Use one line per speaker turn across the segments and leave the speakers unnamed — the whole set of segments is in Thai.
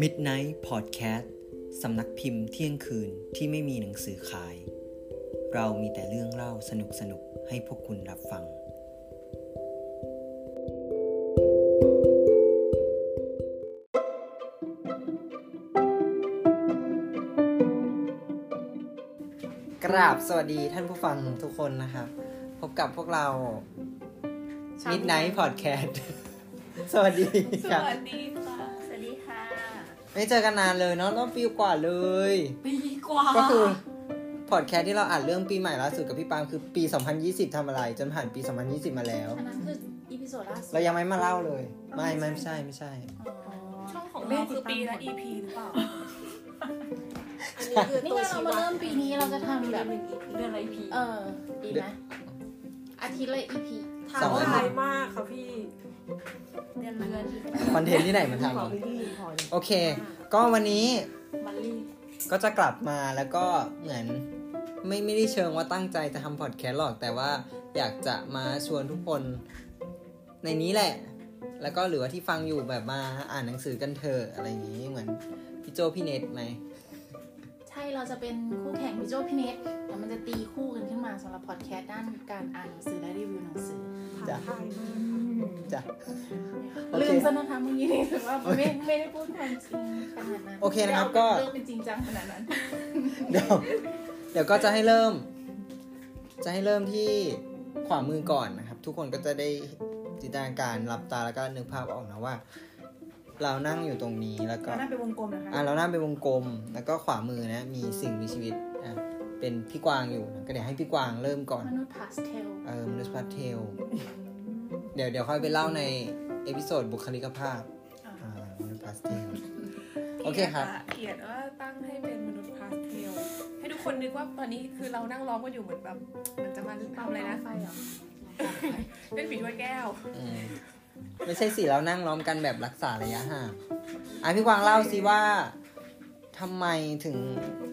Midnight Podcast สำนักพิมพ์เที่ยงคืนที่ไม่มีหนังสือขาย เรามีแต่เรื่องเล่าสนุกๆ ให้พวกคุณรับฟัง กราบสวัสดีท่านผู้ฟังทุกคนนะครับ พบกับพวกเรา
ชาว
Midnight Podcast สวัสดี
ส
ครับ
วัสดีค่ะ
สวัสดีค่ะ
ไม่เจอกันนานเลยเนาะต้องปีกว่าเลย
ปีกว่า
ก็คือพอดแคสต์ที่เราอ่านเรื่องปีใหม่ล่าสุดกับพี่ปาล์มคือปี 2020ทำอะไร จนผ่านปี 2020 มาแล้ว
อันนั้นคืออีพิโซดล่าสุด
เรายังไม่มาเล่าเลย ไม่ไม่ไม่ใช่ไม่ใช่
อ๋อ
ช่องของเราคือปีละ EP หรือเปล่า
อันนี้คือ
นี่
ตัว
ไงเรา
ชี้
มา
วัด
เริ่มปีนี้เราจะทำแบบ
เดือนละ EP
เออ ดีไหมอาทิตย์ละอีพี
ถา
สอ
ม
ง
ว่า
อัน
ไยมากค่ะพี่
เดือนละอาทิตย์
คอนเทนต์ที่ไหนมันท
ขอพี่พี่พอเลย
ำโอเค ก็วันนี้
มันรีบ
ก็จะกลับมาแล้วก็เหมือนไม่ไม่ได้เชิงว่าตั้งใจจะทำพอดแคสต์หรอก แต่ว่าอยากจะมาชวนทุกคนในนี้แหละ แล้วก็หรือว่าที่ฟังอยู่แบบมาอ่านหนังสือกันเถอะอะไรอย่างนี้เหมือนพี่โจพี่เนทไหม
ใช่เราจะเป็นคู่แข่งพี่โจพี่เนทแต่มันจะตีคู่กันขึ้นมาสำหรับพอดแคสต์ด้านการอ่านหนังสือและรีวิวหนังสือ
ถาม
จ้ะ
ทายมาก
จ้ะ โอเค
ลืมซะนะคะเมื่อกี้นี่ถือว่าไม่ไม่ได้พูดความจริงขนาดนั้น
โอเคนะครับก็
เรื่องเป็นจริงจังขนาดนั้น
เดี๋ยวเดี๋ยวก็จะให้เริ่ม จะให้เริ่มที่ขวามือก่อนนะครับ ทุกคนก็จะได้จินตนาการหลับตาแล้วก็นึกภาพออกนะว่า เรานั่งอยู่ตรงนี้แล้วก็
แล้วน่าเป็นวงกลมนะคะ
อ่ะเรานั่งเป็นวงกลม แล้วก็ขวามือนะ มีสิ่งมีชีวิตอ่ะเป็นพี่กวางอยู่นะก็เดี๋ยวให้พี่กวางเริ่มก่อน
มนุษย์พาสเทล
เออมนุษย์พัทเทลเดี๋ยวเดี๋ยวค่อยไปเล่าในเอพิโซดบุคลิกภาพอ่ามนุษย์พัทเทล โอเคครับ
เกลียดว่าตั้งให้เป็นมนุษย์พาสเทลให้ทุกคนนึกว่าตอนนี้คือเรานั่งล้อมกันอยู่เหมือนแบบมันจะมาทำอะไรนะ
ไฟเหรอ
เป็นผีถ้วยแก้ว
อืมไม่ใช่สิเรานั่งล้อมกันแบบรักษาระยะห่างอ่ะพี่กวางเล่าสิว่าทำไมถึง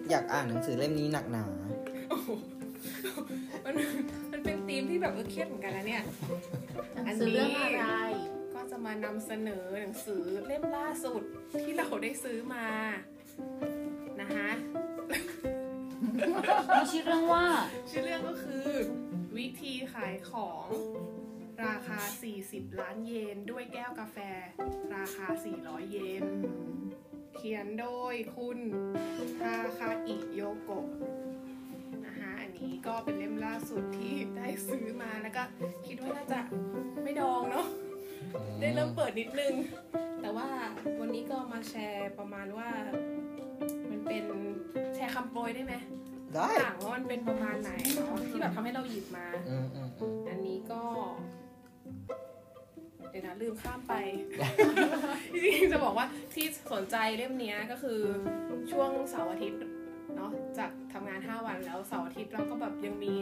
อยากอ่านหนังสือเล่มนี้หนักหนา
มัน มันเป็นธีมที่แบบเออเครียดเหมือนกันนะเนี่ย
หนังสือเรื่องอะไร
ก็จะมานำเสนอหนังสือเล่มล่าสุดที่เราได้ซื้อมานะคะ
มีชื่อเรื่องว่า
ชื่อเรื่องก็คือ วิธีขายของราคา 40 ล้านเยน ด้วยแก้วกาแฟ ราคา 400 เยน เขียนโดยคุณทาคาอิโยโกะนะคะอันนี้ก็เป็นเล่มล่าสุดที่ได้ซื้อมาแล้วก็คิดว่าน่าจะไม่ดองเนาะ ได้เริ่มเปิดนิดนึง แต่ว่าวันนี้ก็มาแชร์ประมาณว่า มันเป็นแชร์คำโปรยได้ไหม
ได้
ต่างว่ามันเป็นประมาณไหนเนาะที่แบบทำให้เราหยิบมา
อืมอืมอืม
อันนี้ก็ เดี๋ยวนะลืมข้ามไป จริงๆจะบอกว่าที่สนใจเล่มเนี้ยก็คือช่วงเสาร์อาทิตย์เนาะจากทำงาน 5 วันแล้วเสาร์อาทิตย์เราก็แบบยังมี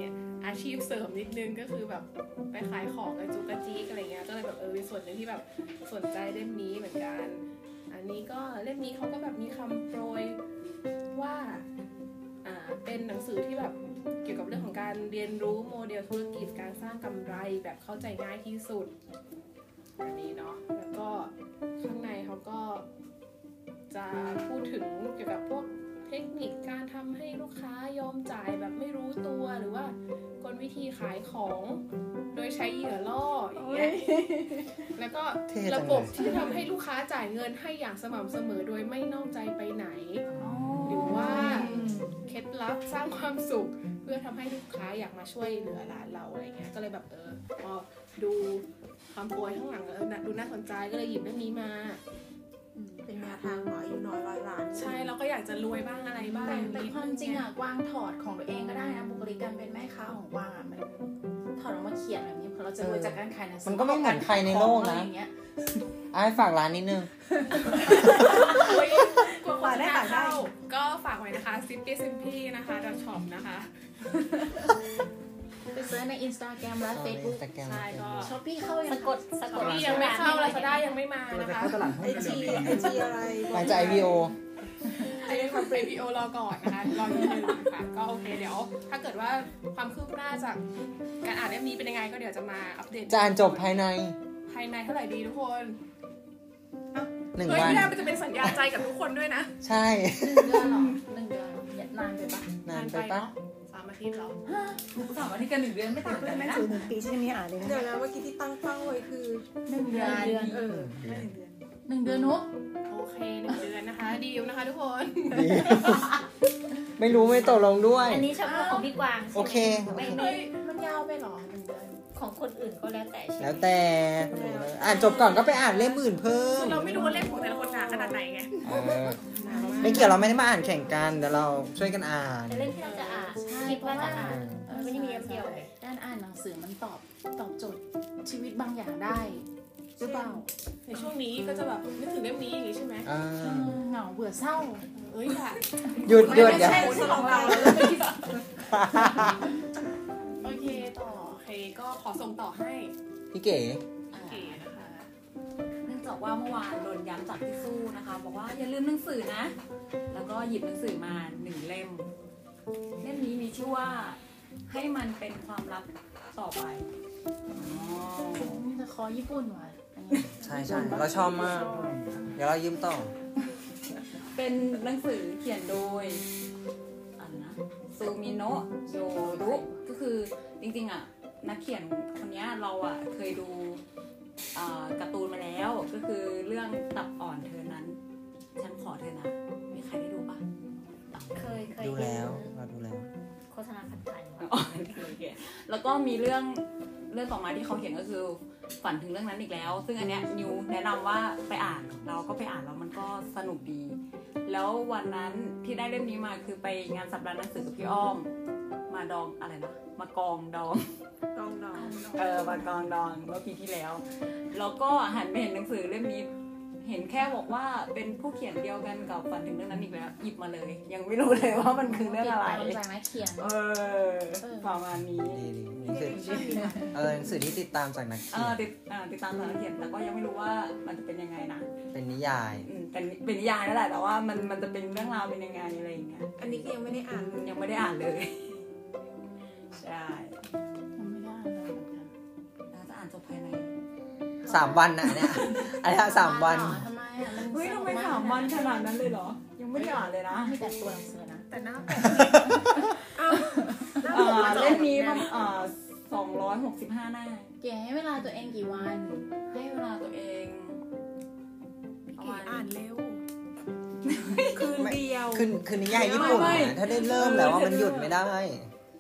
อาชีพเสริมนิดนึงก็คือแบบไปขายของกระจุกกระจิกอะไรเงี้ยก็เลยแบบเออเป็นส่วนหนึ่งที่แบบสนใจเล่มนี้เหมือนกัน อันนี้ก็เล่มนี้เขาก็แบบมีคำโปรยว่าอ่าเป็นหนังสือที่แบบ เกี่ยวกับเรื่องของการเรียนรู้โมเดลธุรกิจการสร้างกำไรแบบเข้าใจง่ายที่สุดอันนี้เนาะแล้วก็ข้างในเขาก็จะพูดถึงเกี่ยวกับพวกเทคนิคการทำให้ลูกค้ายอมจ่ายแบบไม่รู้ตัวหรือว่ากลวิธีขายของโดยใช้เหยื่อล่ออย่างเงี้ย แล้วก็ระบบที่ทำให้ลูกค้าจ่ายเงินให้อย่างสม่ำเสมอโดยไม่นอกใจไปไหน หรือว่า เคล็ดลับสร้างความสุขเพื่อทำให้ลูกค้าอยากมาช่วยเหลือร้านเราอะไรเงี้ยก็เลยแบบเออพอดูคำโปรยข้างหลังเออน่ะดูน่าสนใจก็เลยหยิบเรื่องนี้มา
เป็นแนวทางหมออายู่น้อยร้อยล้าน
ใช่เราก็อยากจะรวยบ้างอะไรบ้าง
แต่แต่ความจริงอะกวางถอดของตัวเองก็ได้นะบุคลิกการเป็นแม่ค้าของกวางอะมันถอดออกมาเขียนแบบนี้เพราะเราจะรวยจากการขายหนังสื
มันก็ไม่เหมือนใครในโลก
ของอะไร
นะ
อย่างเงี้ย
อ่ะให้ฝากร้านนิดนึง
รวยกว่าคนหน้าเข้าก็ฝากไว้นะคะซิปปี้ซิมพี่นะคะดอทช็อปนะคะ
ไปซื้อในอินสตาแกรมและเฟซบุ๊ก
Instagram
ใช่ก็
ช้อปปี้เข้ายัง
สะกดสะกด
นี่ยังไม่เข้าเราจะได้ยังไม่มานะคะ
ไอจีไอจีอะไร
หลังจาก IPO
ไอ้ความเปรพีโอรอก่อนนะคะรอนิดนึงค่ะก็โอเคเดี๋ยว ถ้าเกิดว่าความคืบหน้าจากการอ่านเล่มนี้เป็นยังไงก็เดี๋ยวจะมาอัปเดต
จะอ่านจบภายใน
ภายในเท่าไหร่ดีทุกคน
หนึ่ง
เฮ้ย
วัน
พี่ได้มันจะเป็นสัญญาใจกับทุกคนด้วยนะ
ใช่
หนึ่งเดือนเหรอหนึ่งเดือนเนี่ยนานไปปะ
นานไปปะ
เนาะสามอาทิตย์เหรอ
สามวันที่กันหนึ่งเดือนไม่ต่างกัน
ไม่
นะ
ถึงหนึ่งปีใช่ไหมอ่านเลยนะ
เดี๋ยวนะเมื่อกี้ที่ตั้งเป้าไว้คือ
หนึ่งเดือนห
เออไม่ถึงเดือน
นึ่งเดือนนุ๊ก
โอเคหนึ่งเดือนนะคะดีลนะคะ ทุกคน
ดี ไม่รู้ไม่ตกลงด้วย
อันนี้เฉพาะของพี่กวาง
โอเค
ไม่ไม่
เฮ้ยมันยาวไปเหรอหนึ่งเดือน
ของคนอื่นก็แล้วแต่ใช่ไหม
แล้วแต่อ่านจบก่อนก็ไปอ่านเล่มอื่นเพิ่ม
คือเราไม่รู้ว่าเล่มของแต่ละคนหนาขนาดไหนไง
เออ
หนามาก
ไม่เกี่ยวเราไม่ได้มาอ่านแข่งกันแต่เราช่วยกันอ่าน
แต่เล่มที่เราจะอ่าน
ใช่
คิด
เพราะ
ว่า
ว่า
จะอ่านมันไม่ได้มีเล่มเดียวเลย
การอ่านหนังสือมันตอบตอบโจทย์ชีวิตบางอย่างได้หรือเปล่า
ในช่วงนี้ก็จะแบบนึกถึงเล่มนี้อย่างนี้ใช่ไหม
อ่า
เออเหงาเบื่อเศร้า
เอ้ยค่ะ
หยุดหยุด
ไม่
อย่า
ใช่
สลองเรา
โอเคต่อโอเคก็ขอส่งต่อให้
พี่เก๋
เก๋นะคะ
เนื่องจากว่าเมื่อวานโดนย้ำจากพี่สู้นะคะ บอกว่าอย่าลืมหนังสือนะ แล้วก็หยิบหนังสือมาหนึ่งเล่ม เล่มนี้มีชื่อว่าให้มันเป็นความลับต่อไป
นี่จะคอญี่ปุ่นว่ะอันนี้
ใช่ใช่เราชอบมาก เดี๋ยวเรายืมต่อ
เป็นหนังสือเขียนโดยอันนะซูมิโนะโยรุก็คือจริงๆอ่ะนักเขียนคนเนี้ยเราอ่ะเคยดูอ่าการ์ตูนมาแล้วก็คือเรื่องตับอ่อนเธอนั้น ฉันขอเธอนะมีใครได้ดูปะ
เคยเคย
ดู
เห็
แล้ว
น
เราดูแล้ว
โฆษณาผัดไทย
อ๋อโอเคโอเคแล้วก็มีเรื่องเรื่องต่อมาที่เขาเขียนก็คือฝันถึงเรื่องนั้นอีกแล้ว ซึ่งอันเนี้ยนิวแนะนำว่าไปอ่านเราก็ไปอ่านแล้วมันก็สนุกดี แล้ววันนั้นที่ได้เล่มนี้มาคือไปงานสัปดาห์หนังสือกับพี่อ้อม มาดองอะไรนะมากองดอง
ดองดอง
เออมากองดองเมื่อปีที่แล้ว แล้วก็หันไปเห็นหนังสือเล่มนี้ เห็นแค่บอกว่าเป็นผู้เขียนเดียวกันกับฝันถึงเรื่องนั้นอีกแล้วหยิบมาเลย ยังไม่รู้เลยว่ามันคือเรื่องอะไร
ติดตามจากนักเขียน
เออประมาณนี้
ดีดีหนังสือเออหนังสือที่ติดตามจากนัก
เอ
เขีย
อน ติดอ่าติดตามสารเขียนแต่ก็ยังไม่รู้ว่ามันจะเป็นยังไงนะ
เป็นนิยาย
อืมเป็นเป็นนิยายนั่นแหละแต่ว่ามันมันจะเป็นเรื่องราวเป็นยังไงอะไรอย่างเงี้ย
อันนี้ก็ยังไม่ได้อ่านเลย
ยังไม่ได้อ่านเลย ใช่
ยังไม่ได้อะไรเหมือนกัน
น่าจะอ่านจบภายใน
สามวันนะเนี่ย อันเนี้ยสามวัน
ทำไมอ่ะน
เฮ้ยทำไมสามวันขนาดนั้นเลยเหรอ ยังไม่ได้อ่านเลยนะ
มีแต่ตัวหนังสือนะ
แต่หน้า
เอ่อเล่มนี้มันเอ่อสองร้อยหกสิบห้าหน้า
เก๋ให้เวลาตัวเองกี่วัน
ให้เวลาตัวเอง
พี่
ป
เก๋
ระมาณ
อ่านเร็ว คืนเดียว
คือคือนิยายญี่ปุ่น
ไม่ไม่
นะถ้าได้เริ่มแล้วว่ามันหยุดไม่ได้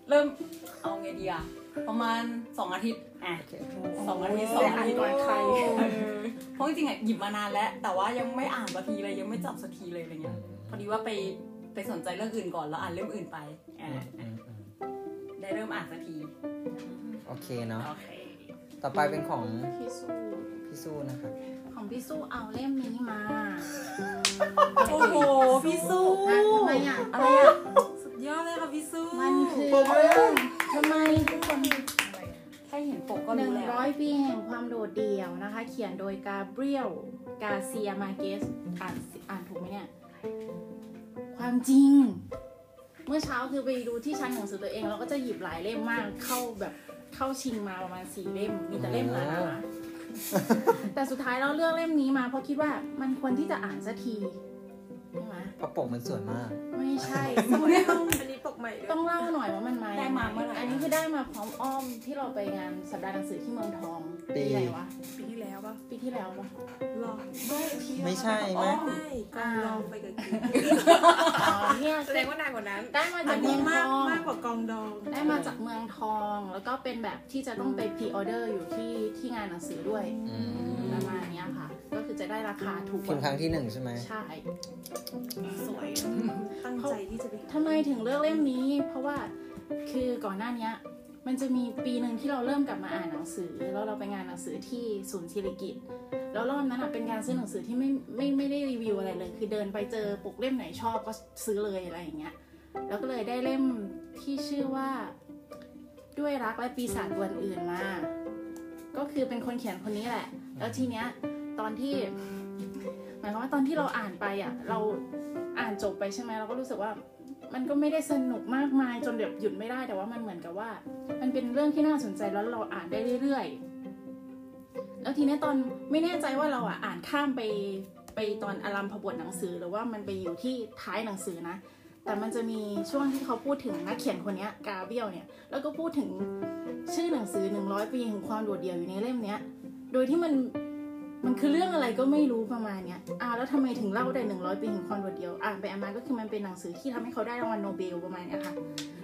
เริ่มเอาไงดีอะประมาณสองอาทิตย์อ่ะ
โอเค
สองอาทิตย์สองอาทิตย์
ได้อ่านก่อนใคร
เออเพราะจริงๆอ่ะหยิบมานานแล้ว แต่ว่ายังไม่อ่านสักทีเลยยังไม่จับสักทีเลยอะไรเงี้ยพอดีว่าไปไปสนใจเรื่องอื่นก่อนแล้วอ่านเรื่องอื่นไปอ่ะได้เริ่มอ่านสักที
โอเคเนาะ
โอเค
ต่อไปเป็นของ
พี่สู้
พี่สู้นะครับ
ของพี่สู้เอาเล่มนี้มา
โอ้โหพี่สู้
อ่ะทำไมอ่ะ
อะไรอ่ะสุดยอดเลยค่ะพี่สู้
มันคือเรื่องทำไมทุกคน
แค่เห็นปกก็
หนึ่ง
รู้แล้ว
ร้อยปีแห่งความโดดเดี่ยวนะคะ เขียนโดยกาเบรียลกาเซียมาเกสอ่านอ่านถูกไหมเนี่ย ความจริง เมื่อเช้าคือไปดูที่ชั้นหนังสือตัวเองเราก็จะหยิบหลายเล่มมากเข้าแบบเข้าชิงมาประมาณสี่เล่ม มีแต่เล่มหนา
โอ้
ๆแต่สุดท้ายเราเลือกเล่มนี้มาเพราะคิดว่ามันควรที่จะอ่านสักทีใช่ไหม
เพราะปกมันสวยมาก
ไม่ใช่
อันนี้ปกใหม่ด้วย
ต้องเล่าหน่อยว่ามันมา
ได้มาเมื่อไหร่
อันนี้คือได้มาพร้อมอ้อมที่เราไปงานสัปดาห์หนังสือที่เมืองทอง
ปี
ไหนวะ
ปีที่แล้วป่ะ
ปีที่แล้วปะ
ลอง
ไม่ใช่ไหม
ไม่การลองไปกับกิน
อ๋อเนี่ย
แสดงว่านานกว่านั้น
ได้มา
อั
จาก
น
เมื
นี้
องท
มาก
อง
มากกว่ากองดอง
ได้มาจากเมืองทอง แล้วก็เป็นแบบที่จะต้องไปพรีออเดอร์อยู่ที่ที่งานหนังสือด้วย
อืม
ประมาณเนี้ยค่ะ ก็คือจะได้ราคาถูกก
พิ
ว่าม
พ์ครั้งที่หนึ่งใช่ไหม
ใช่
สวย
ตั้งใจที่จะไป
ทำไมถึงเลือกเล่มนี้ เพราะว่าคือก่อนหน้าเนี้ยมันจะมีปีหนึ่งที่เราเริ่มกลับมาอ่านหนังสือ แล้วเราไปงานหนังสือที่ศูนย์ศิริกิตแล้วรอบนั้นอะเป็นการซื้อหนังสือที่ไม่ไม่ไม่ได้รีวิวอะไรเลย คือเดินไปเจอปกเล่มไหนชอบก็ซื้อเลยอะไรอย่างเงี้ยแล้วก็เลยได้เล่มที่ชื่อว่าด้วยรักและปีศาจดวนอื่นมาก็คือเป็นคนเขียนคนนี้แหละ แล้วทีเนี้ยตอนที่ หมายความว่าตอนที่เราอ่านไปอ่ะเราอ่านจบไปใช่ไหมเราก็รู้สึกว่า มันก็ไม่ได้สนุกมากมายจนแบบหยุดไม่ได้แต่ว่ามันเหมือนกับว่า มันเป็นเรื่องที่น่าสนใจแล้วเราอ่านได้เรื่อยๆ แล้วทีเนี้ยตอนไม่แน่ใจว่าเราอ่ะอ่านข้ามไป ไปตอนอารัมพบทหนังสือหรือว่ามันไปอยู่ที่ท้ายหนังสือนะ แต่มันจะมีช่วงที่เขาพูดถึงนักเขียนคนเนี้ยกาเบียลเนี่ยแล้วก็พูดถึงชื่อหนังสือ 100 ปีแห่งความโดดเดี่ยวอยู่ในเล่มเนี้ย โดยที่มันมันคือเรื่องอะไรก็ไม่รู้ประมาณเนี้ยอ่าแล้วทำไมถึงเล่าได้ 100 ปีแห่งความโดดเดี่ยวอ่านไปอ่านมาก็คือมันเป็นหนังสือที่ทำให้เขาได้รางวัลโนเบลประมาณเนี้ยค่ะ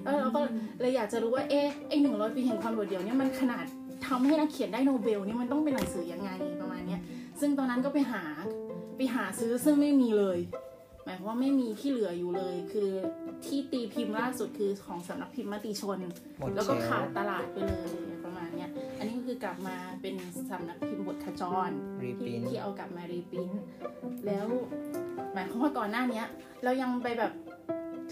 แล้วเราก็เลยอยากจะรู้ว่าเอ๊ะไอหนึ่งร้อยปีแห่งความโดดเดี่ยวเนี่ยมันขนาดทำให้นักเขียนได้โนเบลเนี่ยมันต้องเป็นหนังสือยังไงประมาณเนี้ยซึ่งตอนนั้นก็ไปหาไปหาซื้อซึ่งไม่มีเลย หมายความว่าไม่มีที่เหลืออยู่เลย คือที่ตีพิมพ์ล่าสุดคือของสำนักพิมพ์มติชน
หมด
แล้ว
เช
ก็
ล
ขาด
ฟ์
ตลาดไปเลยประมาณเนี้ยอันนี้ก็คือกลับมาเป็นสำนักพิมพ์บทขจร
รี
ที่
พินท์
ที่เอากลับมารีปริ้นท์แล้วหมายความว่าก่อนหน้าเนี้ย เรายังไปแบบ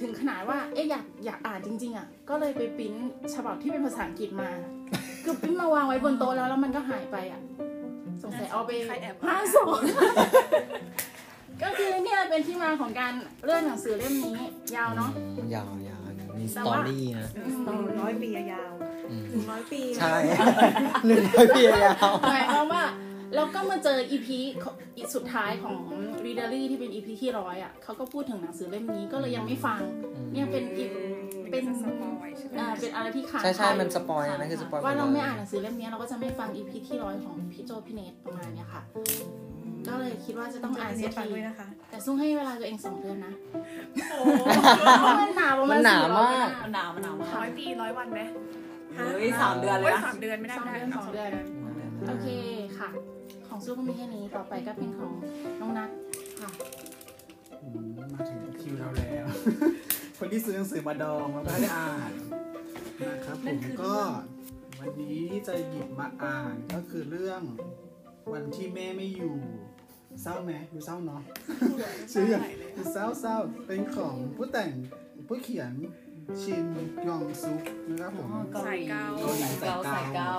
ถึงขนาดว่าเอ๊ะอยากอยากอ่านจริง ๆอ่ะก็เลยไปปริ้นท์ฉบับที่เป็นภาษาอังกฤษมา คือปริ้นท์มาวางไว้บนโต๊ะแล้วแล้วมันก็หายไปอ่ะสงสัยเอาไป
ใครแอบ
ห้างสอง ก็คือเนี่ยเป็นที่มาของการเลื่อนหนังสือเล่มนี้ยาวเนาะ
อืมยาวยาวมีส
แต่
ตอ
ว่า
รี่นะ
ตอนร้อยปียาว
อืม
ๆหนึ่งร้อยปีนะ
ใช่ หนึ่งร้อยปียาว
หมายความว่าเราก็มาเจออีพีสุดท้ายของ r e a d e r y ที่เป็นอีพีที่ร้อยอ่ะเขาก็พูดถึงหนังสือเล่มนี้ก็เลยยังไม่ฟัง
อืม
เนี่ยเป็นอีกเป็น
สปอยใช่ไหม
อ่าเป็นอะไรที่ขาด
ใช่ใช่
ไป
มันสปอยล์นะนั่นคือสปอยล์
ว่าเรา
หดลย
ไม่อ่านหนังสือเล่มนี้เราก็จะไม่ฟังอีพีที่ร้อยของพี่โจพี่เนทประมาณเนี้ยค่ะ ก็เลยคิดว่าจะต้องอ่านเสีย
ฟัง
ที
ด้วยนะคะ
แต่ซุ้งให้เวลาตัวเองสองเดือนนะ
โอ้
เพราะมันหนาวประ
มั
มาน ณ
หนามาก
มันหนาวมันหนาวมาก
ร้อยปีร้อยวันไหม
เฮ้ยสามเดือนเล
โอ้
ย
ย
นะ
สามเดือนไม่ได้ไม่ได้
สองเดือน โอเคค่ะ ของซุ้งก็มีแค่นี้ต่อไปก็เป็นของน้องนัทค่ะ
อืมมาถึงคิวเราแล้ว คนที่ซื้อหนังสือมาดองแล้วก็ได้อ่านนะครับผมก็วันนี้ที่จะหยิบมาอ่านก็คือเรื่องวันที่แม่ไม่อยู่ เศร้าไหมดูเศร้า เนาะ เชื่อเศร้าเศร้าๆเป็นของผู้แต่งผู้เขียนชินยองซุกนะครับผม
สายเกา
สายเกาสายเกา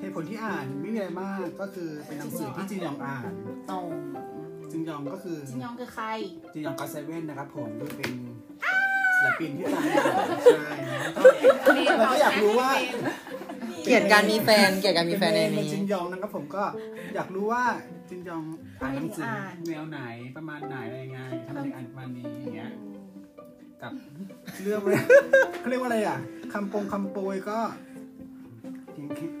เหตุผลที่อ่านไม่มีอะไรมากก็คือเป็นหนังสือที่จินยองอ่าน
ตรง
จินยองก็คือ
จินยองคือใคร
จียองก็เซเว่นนะครับผมดูเป็นศิลปินที่ตามหาใช่นะครับแล้วก็อยากรู้ว่า
เกลียดการมีแฟนเกลียดการมีแฟนใน
เป็
นี้
จินยองนะครับผมก็อยากรู้ว่าจินยองอ่านหนังสือแนวไหนประมาณไหนอะไรยังไงทำไมถึงอ่านประมาณนี้อย่างเงี้ยกับเรื่อง อะไรเขาเรียกว่าอะไรอ่ะคำโปงคำโปยก็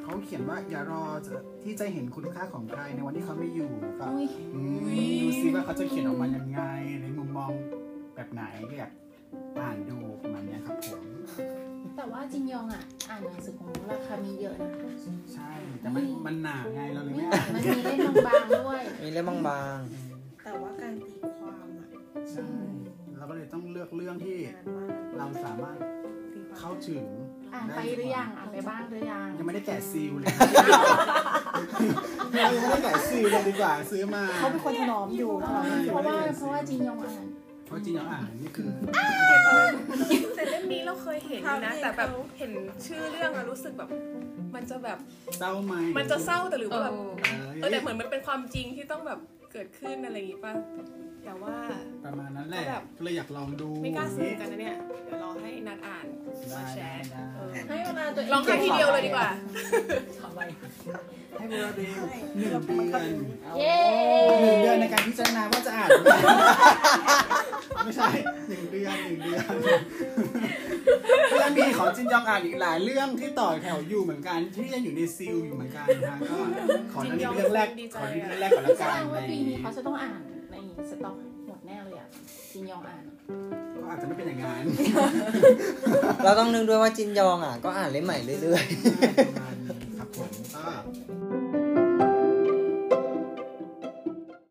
เขาเขียนว่าอย่ารอจะที่จะเห็นคุณค่าของใครในวันที่เขาไม่อยู่ก็
อุ้ย
อืมดูซิว่าเขาจะเขียนออกมายังไง ในมุมมองแบบไหนก็อยากอ่านดูประมาณเนี้ยครับผม
แต่ว่าจินยองอ่ะ อ่านหนังสือของมูราคามีเยอะนะ
ใช่ แต่มันมันหนาไงเราเลย
ไม่
ไม่
หนัมันมีเล่น
อ่าก น
บางๆด้วย
มีเล่มบาง
แต่ว่าการตีความอ่ะ
ใช่เราก็เลยต้องเลือกเรื่องที่
งานมาก
เราสามารถ
ตีความ
เข้าถึง
อ่านไปหรือยัง อ่านไปบ้างหรือยัง
ยังไม่ได้แกะซี ลเลยเรายังไม่ได้แกะซีลเลยดีกว่าซื้อมา
เขาเป็นคนถนอมอยู่
ถนอมอยู่
เพราะว่าเพราะว่าจินยองอ่าน
เพราะจริงๆเราอ่านนี่คือ
แต่เล่มนี้เราเคยเห็นอยู่นะ แต่แบบเห็นชื่อเรื่องอะรู้สึกแบบ มันจะแบบ
เศร้าไหม
มันจะเศร้าแต่หรือว่าแบบเอ
เอ
อ
อ
แต่เหมือนมันเป็นความจริงที่ต้องแบบเกิดขึ้นอะไรอย่างงี้ป่ะแต่ว่า
ประมาณนั้นแหละ
ก็แบบ
ก็เลยอยากลองดู
ไม่กล้าซื้อกันนะเนี่ย เดี๋ยวรอให้นัดอ่านมาแชร์
ได้
เอ
ได้
อ
ให้
ได้
เวลาตัวเอง
ลองให้ทีเดียวเลยดีกว่า
ให้เวลาเดมหนึ่งเดือน
เย้
หนึ่งเดือนในการพิจารณาว่าจะอ่าน ไม่ใช่หนึ่งเดือนหนึ่งเดือน ก็ยังมีของจินยองอ่านอีกหลายเรื่องที่ต่อแถวอยู่เหมือนกันที่ยังอยู่ในซิลอยู่เหมือนกันนะคะก็ขออันนี้เป็นเรื่องแรกขออันนี้เป็นเรื่องแรกก่อนละ
แส
กัน
ดง
ใน
ว่าปีนี้เขาจะต้องอ่านในสต็อกหมดแน่เลยอ่ะ จินยองอ่าน
ก็อาจจะไม่เป็นอย่างนั้น
ๆ เราต้องนึกด้วยว่าจินยองอ่ะ ก็อ่านเล่มใหม่เรื่อยๆ
ประมาณนี้ครับผมก็